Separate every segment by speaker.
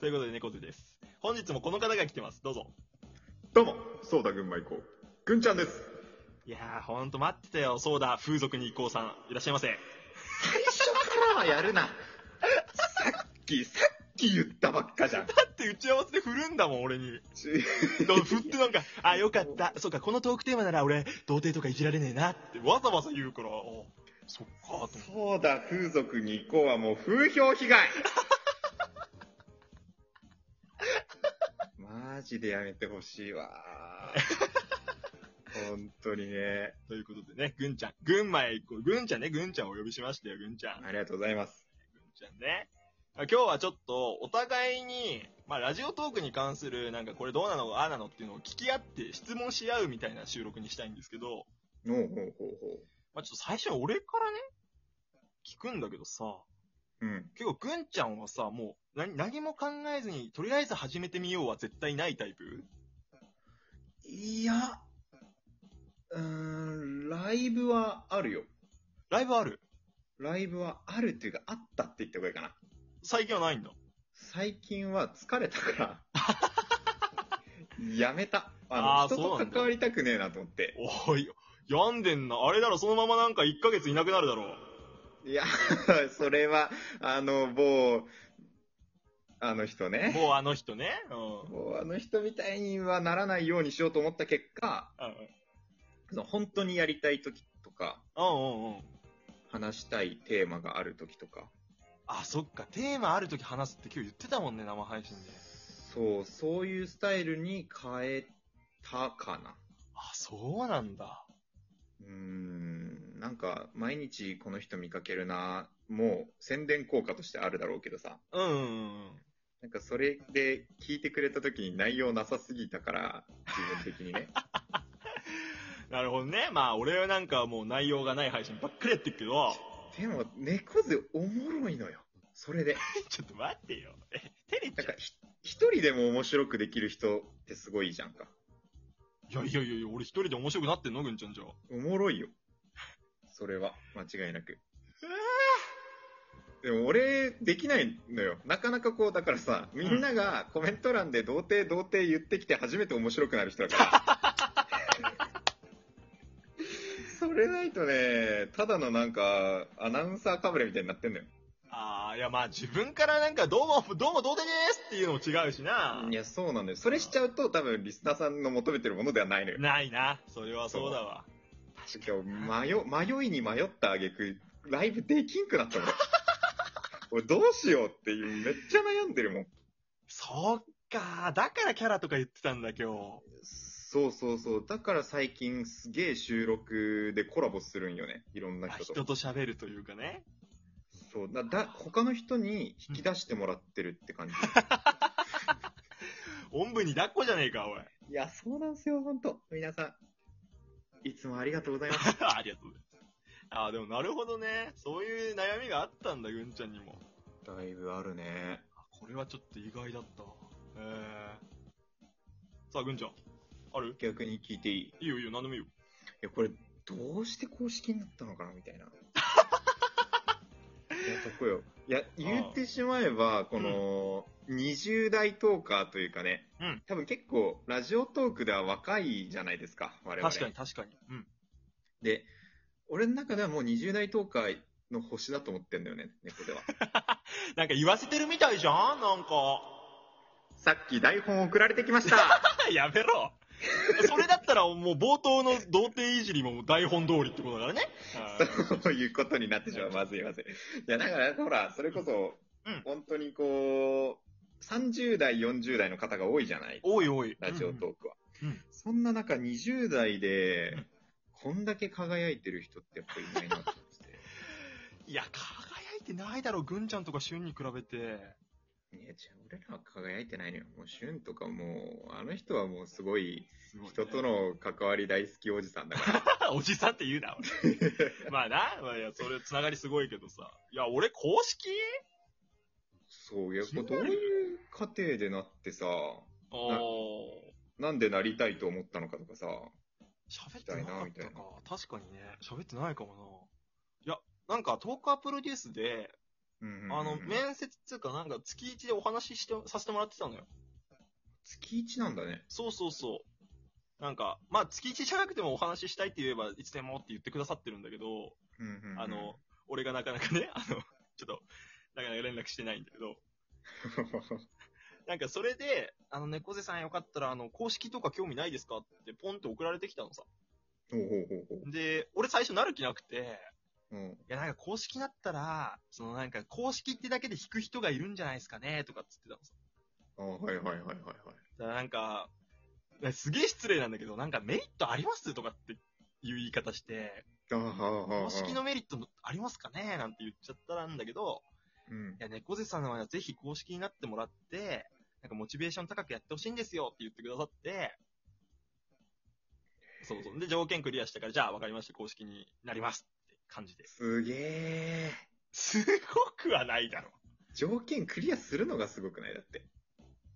Speaker 1: ということで、猫背です。本日もこの方が来てます。どうぞ。
Speaker 2: どうも、ソーダ群馬行こう。ぐんちゃんです。
Speaker 1: いやー、ほんと待ってたよ。そうだ、風俗に行こうさん。いらっしゃいませ。
Speaker 2: 最初からはやるな。さっき、さっき言ったばっかじゃん。
Speaker 1: だって打ち合わせで振るんだもん、俺に。どう振ってなんか、 あ、よかった。そうか、このトークテーマなら俺、童貞とかいじられねえなって、わざわざ言うから、あ、そっか、と思って。
Speaker 2: そうだ、風俗に行こうはもう風評被害。マジでやめてほしいわ。本当にね。
Speaker 1: ということでね、ぐんちゃん。群馬へ行こう。ぐんちゃんね、ぐんちゃんをお呼びしましたよ、ぐんちゃん。
Speaker 2: ありがとうございます。
Speaker 1: じゃあね。まあ今日はちょっと、お互いに、まあ、ラジオトークに関する、なんか、これどうなの、ああなのっていうのを聞き合って、質問し合うみたいな収録にしたいんですけど、
Speaker 2: おうほうほうほ
Speaker 1: まあ、ちょっと最初に俺からね、聞くんだけどさ、
Speaker 2: う。うん。
Speaker 1: 結構、ぐんちゃんはさ、もう、何、何も考えずに、とりあえず始めてみようは絶対ないタイプ
Speaker 2: いや、うーん、ライブはあるよ。
Speaker 1: ライブある
Speaker 2: ライブはあるっていうか、あったって言った方がいいかな。
Speaker 1: 最近はないんだ。
Speaker 2: 最近は疲れたから、やめた。
Speaker 1: あー
Speaker 2: あの、人
Speaker 1: そう
Speaker 2: と
Speaker 1: なんだ
Speaker 2: 関わりたくねえなと思って。
Speaker 1: おい、病んでんな。あれだろ、そのままなんか1ヶ月いなくなるだろう。
Speaker 2: いや、それは、あの、某、あの人ね。
Speaker 1: もうあの人ね。うん。
Speaker 2: 某あの人みたいにはならないようにしようと思った結果、その本当にやりたい時とか、
Speaker 1: うんうんうん。
Speaker 2: 話したいテーマがある時とか、
Speaker 1: あ、そっか。テーマある時話すって今日言ってたもんね、生配信で。
Speaker 2: そう、そういうスタイルに変えたかな。
Speaker 1: あ、そうなんだ。
Speaker 2: うーんなんか、毎日この人見かけるな、もう宣伝効果としてあるだろうけどさ、
Speaker 1: うんうんうん。
Speaker 2: なんかそれで聞いてくれた時に内容なさすぎたから、自分的にね。
Speaker 1: なるほどね。まあ、俺はなんかはもう内容がない配信ばっかりやってるけど、
Speaker 2: でも、猫背おもろいのよ。それで。
Speaker 1: ちょっと待ってよ。え、照れ
Speaker 2: なん
Speaker 1: ちゃ
Speaker 2: か、ひ一人でも面白くできる人ってすごいじゃんか。
Speaker 1: う。いやいやいや、俺一人で面白くなってんのぐんちゃんじゃ。
Speaker 2: おもろいよ。それは、間違いなく。でも俺、できないのよ。なかなかこう、だからさ、みんながコメント欄で童貞童貞言ってきて初めて面白くなる人だから。それないとね、ただのなんか、アナウンサーかぶれみたいになってんのよ。。
Speaker 1: あー、いやまあ自分からなんかどうも、どうもどうでですっていうのも違うしない
Speaker 2: や、そうなんだよ。それしちゃうと多分リスナーさんの求めてるものではないのよ。
Speaker 1: ないな。それはそうだわ。
Speaker 2: 今日迷、迷いに迷った挙句、ライブできんくな ったもん。俺どうしようっていう、めっちゃ悩んでるもん。
Speaker 1: そっか。だからキャラとか言ってたんだ今日。
Speaker 2: そうそうそう。だから最近すげえ収録でコラボするんよね。いろんな
Speaker 1: あ
Speaker 2: 人
Speaker 1: 人
Speaker 2: と。
Speaker 1: と喋るというかね。
Speaker 2: そうだだ、他の人に引き出してもらってるって感じ。
Speaker 1: おんぶに抱っこじゃねえか、おい。
Speaker 2: いや、そうなん すよ、ほんと。皆さん。いつもありがとうございます。
Speaker 1: ありがとうございます。ああ、でもなるほどね。そういう悩みがあったんだ、ぐんちゃんにも。
Speaker 2: だいぶあるね。
Speaker 1: あこれはちょっと意外だったわ。えー。さあ、ぐんちゃん。ある
Speaker 2: 逆に聞いていいい
Speaker 1: いいよいいよ、何でもいいよ。
Speaker 2: や、これ、どうして公式になったのかな みたいな。いや、そこよ。いや、言ってしまえば、この、20代トーカーというかね、
Speaker 1: うん
Speaker 2: 多分結構、ラジオトークでは若いじゃないですか、我々。
Speaker 1: 確かに確かに。うん。
Speaker 2: で、俺の中ではもう20代東海の星だと思ってんだよね、猫 では。
Speaker 1: なんか言わせてるみたいじゃんなん か。
Speaker 2: さっき台本送られてき ました。
Speaker 1: やめろ。それだったらもう冒頭の童貞いじりも台本通りってことだからね。
Speaker 2: そういうことになってしまう。まずいまずい。いや、だから、ほら、それこそ、
Speaker 1: うん
Speaker 2: 本当にこう、30代、40代の方が多いじゃない
Speaker 1: おいおい。
Speaker 2: ラジオト
Speaker 1: うん
Speaker 2: ークは。
Speaker 1: うん
Speaker 2: そんな中、20代で
Speaker 1: うん、
Speaker 2: こんだけ輝いてる人ってやっぱりいないなと思って て。
Speaker 1: いや、輝いてないだろ、ぐんちゃんとか旬に比べて。
Speaker 2: いや、違う、俺らは輝いてないのよ。もう、シュンとかもう、あの人はもうすごい、
Speaker 1: すごいね
Speaker 2: 人との関わり大好きおじさんだから。
Speaker 1: おじさんって言うな、俺 まあな、まあいや、それ、つながりすごいけどさ。いや、俺、公式
Speaker 2: そう、いや、
Speaker 1: 気に
Speaker 2: ど
Speaker 1: な
Speaker 2: う
Speaker 1: る
Speaker 2: いう過程でなってさ、
Speaker 1: おお。
Speaker 2: なんでなりたいと思ったのかとかさ、
Speaker 1: 喋ってなかっ
Speaker 2: みた
Speaker 1: た
Speaker 2: いなみたい
Speaker 1: か。確かにね、喋ってないかもな。いや、なんか、トーカープロデュースで、
Speaker 2: うんうんうん
Speaker 1: あの、面接っていうか、なんか月一でお話しして、させてもらってたのよ。
Speaker 2: 月一なんだね。
Speaker 1: そうそうそう。なんか、まあ月一じゃなくてもお話ししたいって言えば、いつでもって言ってくださってるんだけど、
Speaker 2: うんうんうん
Speaker 1: あ の、俺がなかなかね、あの、ちょっと、なかなか連絡してないんだけど、なんかそれで、あの、猫背さんよかったら、あの、公式とか興味ないですかってポンって送られてきたのさ。
Speaker 2: ほうほうほうほ
Speaker 1: で、俺最初なる気なくて、
Speaker 2: う。うん。
Speaker 1: いやなんか公式だったら、そのなんか公式ってだけで弾く人がいるんじゃないですかね、とかっつってたのさ。
Speaker 2: あはいはいはいはいはい。
Speaker 1: だからなんか、すげえ失礼なんだけど、なんかメリットありますとかっていう言い方して、
Speaker 2: あは
Speaker 1: 公式のメリットありますかねなんて言っちゃったらんだけど、
Speaker 2: うん
Speaker 1: い。や、猫背さんはぜひ公式になってもらって、なんかモチベーション高くやってほしいんですよって言ってくださって、そうそう。で、条件クリアしてから、じゃあ分かりました、公式になりますって感じで。
Speaker 2: すげえ。
Speaker 1: すごくはないだろ。
Speaker 2: 条件クリアするのがすごくないだって。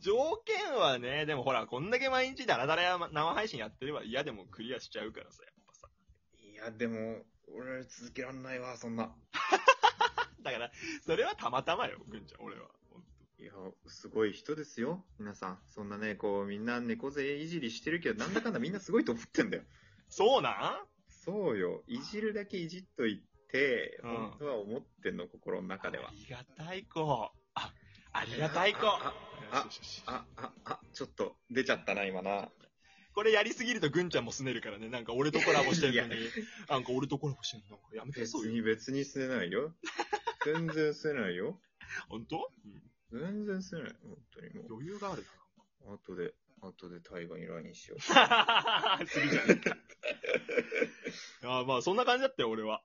Speaker 1: 条件はね、でもほら、こんだけ毎日ダラダラや生配信やってれば嫌でもクリアしちゃうからさ、やっぱさ。
Speaker 2: いや、でも、俺続けらんないわ、そんな。
Speaker 1: だから、それはたまたまよ、くんちゃん、俺は。ほんと
Speaker 2: いや、すごい人ですよ、皆さん。そんなね、こう、みんな猫背いじりしてるけど、なんだかんだみんなすごいと思ってんだよ。
Speaker 1: そうなん
Speaker 2: そうよ。いじるだけいじっといて、
Speaker 1: うん
Speaker 2: 本当は思ってんの、心の中で
Speaker 1: あ
Speaker 2: は。
Speaker 1: りがたい子。あ、ありがたい子。
Speaker 2: ああ
Speaker 1: よしよしよし
Speaker 2: あ、あ、あ、ちょっと、出ちゃったな、今な。
Speaker 1: これやりすぎるとぐんちゃんもすねるからね、なんか俺とコラボしてるのに
Speaker 2: い、
Speaker 1: なんか俺とコラボしてるのに、なんかやめて
Speaker 2: 別
Speaker 1: そうよ。
Speaker 2: に、別にすねないよ。全然すねないよ。
Speaker 1: 本当、
Speaker 2: 全然すねない。本当にも
Speaker 1: 余裕 がある
Speaker 2: う。後で、後でタイガーに LINE しよう。
Speaker 1: な。すぎじゃねえか。あーまあそんな感じだったよ、俺は。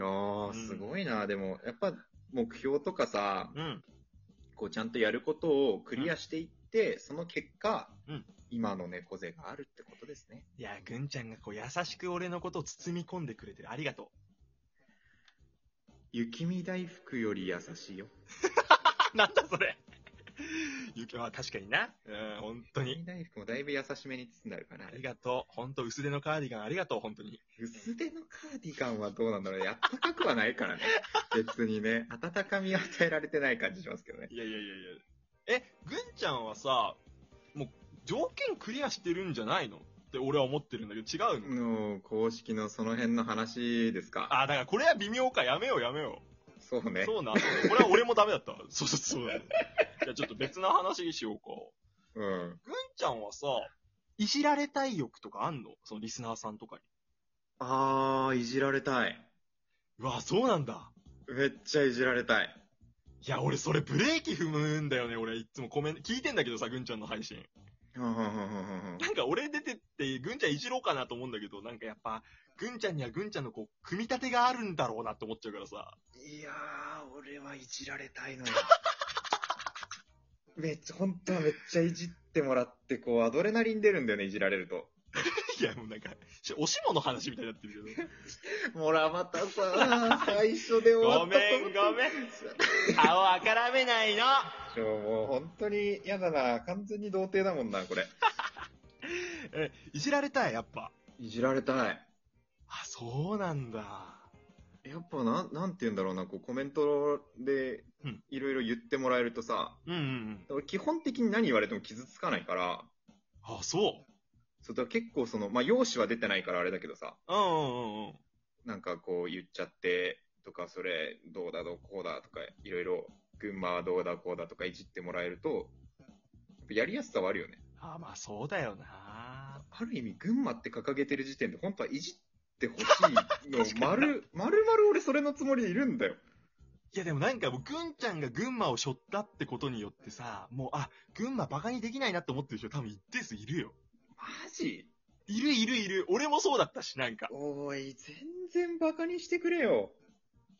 Speaker 2: ああ、すごいな。でも、やっぱ、目標とかさ、
Speaker 1: うん。
Speaker 2: こうちゃんとやることをクリアしていって、その結果、
Speaker 1: うん
Speaker 2: 今の猫背があるってことですね。
Speaker 1: いや、ぐんちゃんがこう優しく俺のことを包み込んでくれてる。ありがと
Speaker 2: 雪見大福より優しいよ。
Speaker 1: う。なんだそれ。 ゆきは確かにな。うん、本当
Speaker 2: 雪
Speaker 1: に。
Speaker 2: 見大福もだいぶ優しめに包んであるかな
Speaker 1: あ。りがとう。本当薄手のカーディガンありがとう、本当に。
Speaker 2: 薄手のカーディガンはどうなんだろう。やったかくはな いからね。別にね、温かみを与えられてない感じしますけどね。
Speaker 1: いやいやいやいや。え、ぐんちゃんはさ、もう、条件クリアしてるんじゃないのって俺は思ってるんだけど、違うの、
Speaker 2: の公式のその辺の話ですか。
Speaker 1: あ、だからこれは微妙か。やめようやめよ
Speaker 2: そう
Speaker 1: う。
Speaker 2: ね。
Speaker 1: そうな。これは俺もダメだったわ。そうそうそうだね。じゃあちょっと別の話にしようか。
Speaker 2: うん。
Speaker 1: ぐんちゃんはさ、いじられたい欲とかあんのそのリスナーさんとかに。
Speaker 2: あー、いじられたい。
Speaker 1: うわ、そうなんだ。
Speaker 2: めっちゃいじられたい。
Speaker 1: いや、俺それブレーキ踏むんだよね、俺。いつもコメント、聞いてんだけどさ、ぐんちゃんの配信。
Speaker 2: うんうんうんうんうん
Speaker 1: なんか俺出てって、ぐんちゃんいじろうかなと思うんだけど、なんかやっぱ、ぐんちゃんにはぐんちゃんのこう、組み立てがあるんだろうなって思っちゃうからさ。
Speaker 2: いやー、俺はいじられたいのよ。 めっちゃ、本当はめっちゃいじってもらって、こう、アドレナリン出るんだよね、いじられると。
Speaker 1: いや、もうなんか、しおしもの話みたいになってるけ
Speaker 2: もらまたさ ー、最初で終
Speaker 1: ど。
Speaker 2: わ
Speaker 1: ご
Speaker 2: った
Speaker 1: めん、ごめん。顔あからめないの。
Speaker 2: ん。もう本当に嫌だな。完全に童貞だもんな、これ。
Speaker 1: え、いじられたい、やっぱ。
Speaker 2: いじられたい。
Speaker 1: あ、そうなんだ。
Speaker 2: やっぱなん、なんて言うんだろうな、こう、コメントで
Speaker 1: うん、
Speaker 2: いろいろ言ってもらえるとさ、
Speaker 1: うんうんうん。
Speaker 2: 俺基本的に何言われても傷つかないから、
Speaker 1: あ、そ
Speaker 2: そう、だから結構その、まあ、容姿は出てないからあれだけどさ、
Speaker 1: う。うんうんうんうん。
Speaker 2: なんかこう言っちゃってとか、それどうだどうこうだとか、いろいろ群馬はどうだこうだとかいじってもらえると、やっぱやりやすさはあるよね。
Speaker 1: あ、まあそうだよな。
Speaker 2: ある意味群馬って掲げてる時点で本当はいじってほし いの
Speaker 1: 確、かに
Speaker 2: 丸、丸々俺それのつもりでいるんだよ。
Speaker 1: いやでもなんかもう、ぐんちゃんが群馬を背負ったってことによってさ、もう、あ、群馬バカにできないなって思ってる人多分一定数いるよ。
Speaker 2: マジ
Speaker 1: いるいるいる。俺もそうだったし、なんか。
Speaker 2: おい、全然バカにしてくれよ。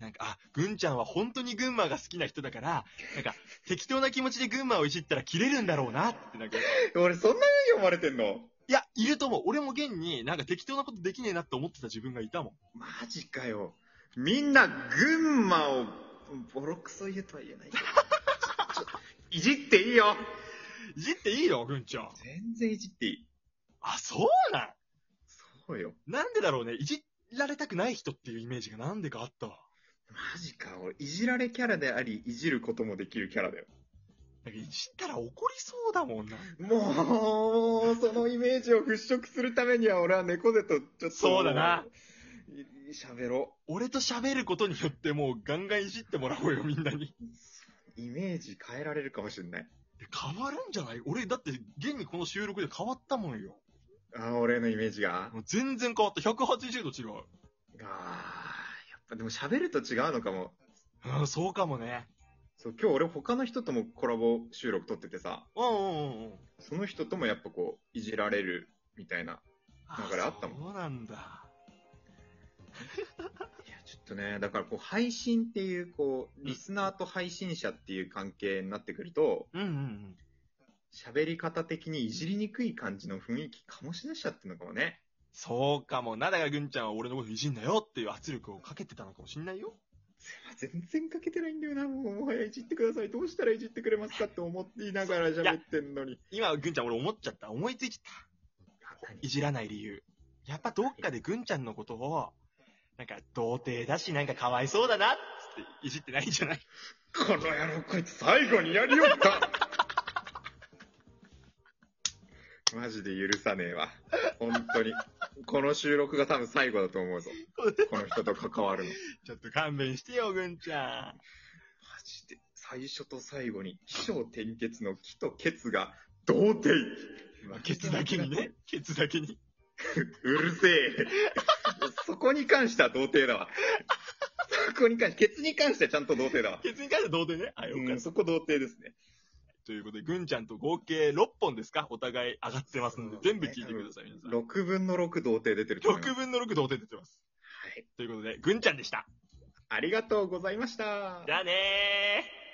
Speaker 1: なんか、あ、ぐんちゃんは本当に群馬が好きな人だから、なんか、適当な気持ちで群馬をいじったら切れるんだろうなって、なんか。い
Speaker 2: 俺そんな風に思われてんの
Speaker 1: や、いると思う。俺も現になんか適当なことできねえなって思ってた自分がいたもん。
Speaker 2: マジかよ。みんな群馬をボロクソ言えとは言え ないけど。ちょちょいじっていいよ
Speaker 1: いじっていいよ、ぐんちゃん。
Speaker 2: 全然いじっていい。
Speaker 1: あ、そうなん
Speaker 2: そうよ。
Speaker 1: なんでだろうね。いじられたくない人っていうイメージがなんでかあったわ。
Speaker 2: マジか、俺、いじられキャラであり、いじることもできるキャラだよ。
Speaker 1: なんかいじったら怒りそうだもんな。
Speaker 2: もう、そのイメージを払拭するためには、俺は猫背とちょっと。
Speaker 1: そうだな。
Speaker 2: い。喋ろ
Speaker 1: 俺と喋ることによってもうガンガンいじってもらおうよ、みんなに。
Speaker 2: う。イメージ変えられるかもしれない。
Speaker 1: 変わるんじゃない俺、だって、現にこの収録で変わったもんよ。
Speaker 2: あー俺のイメージが。
Speaker 1: もう全然変わった。180度違う。
Speaker 2: あーやっぱでも喋ると違うのかも。
Speaker 1: うん、そうかもね。
Speaker 2: そう、今日俺他の人ともコラボ収録撮っててさ、
Speaker 1: うんうんうんうん。
Speaker 2: その人ともやっぱこう、いじられるみたいな。流れあったもん
Speaker 1: そうなんだ。
Speaker 2: いや、ちょっとね、だからこう、配信っていう、こう、リスナーと配信者っていう関係になってくると、
Speaker 1: うんうんうん。
Speaker 2: 喋り方的にいじりにくい感じの雰囲気醸し出しちゃってるのかもね。
Speaker 1: そうかもな。だから、ぐんちゃんは俺のこといじんなよっていう圧力をかけてたのかもしんないよ。
Speaker 2: 全然かけてないんだよな、もう、もはやいじってください。どうしたらいじってくれますかって思っていながら喋ってんのに。
Speaker 1: 今、ぐんちゃん俺思っちゃった。思いついちゃった。いじらない理由。やっぱどっかでぐんちゃんのことを、なんか、童貞だし、なんかかわいそうだな、つっていじってないんじゃない
Speaker 2: この野郎、こいつ最後にやりよったマジで許さねえわ。本当に。この収録が多分最後だと思うぞ。この人と関わるの。マ
Speaker 1: ちょっと勘弁してよ、ぐんちゃん。
Speaker 2: ジで。最初と最後に、起承転結の木とケツが同点。
Speaker 1: ケツだけにね。。ケツだけに。
Speaker 2: うるせえ。そこに関しては童貞だわ。そこに関して、ケツに関してはちゃんと童貞だわ。
Speaker 1: ケツに関しては童貞ね。あ、よかった。
Speaker 2: うん、そこ童貞ですね。
Speaker 1: ということで、ぐんちゃんと合計6本ですかお互い上がってますんで
Speaker 2: そ、うです
Speaker 1: 全
Speaker 2: ね
Speaker 1: 部聞いてください、皆さん。
Speaker 2: 6分の6童貞出てると思います。
Speaker 1: 6分の6同点出てます。
Speaker 2: はい。
Speaker 1: ということで、ぐんちゃんでした。
Speaker 2: ありがとうございました。
Speaker 1: じゃあねー。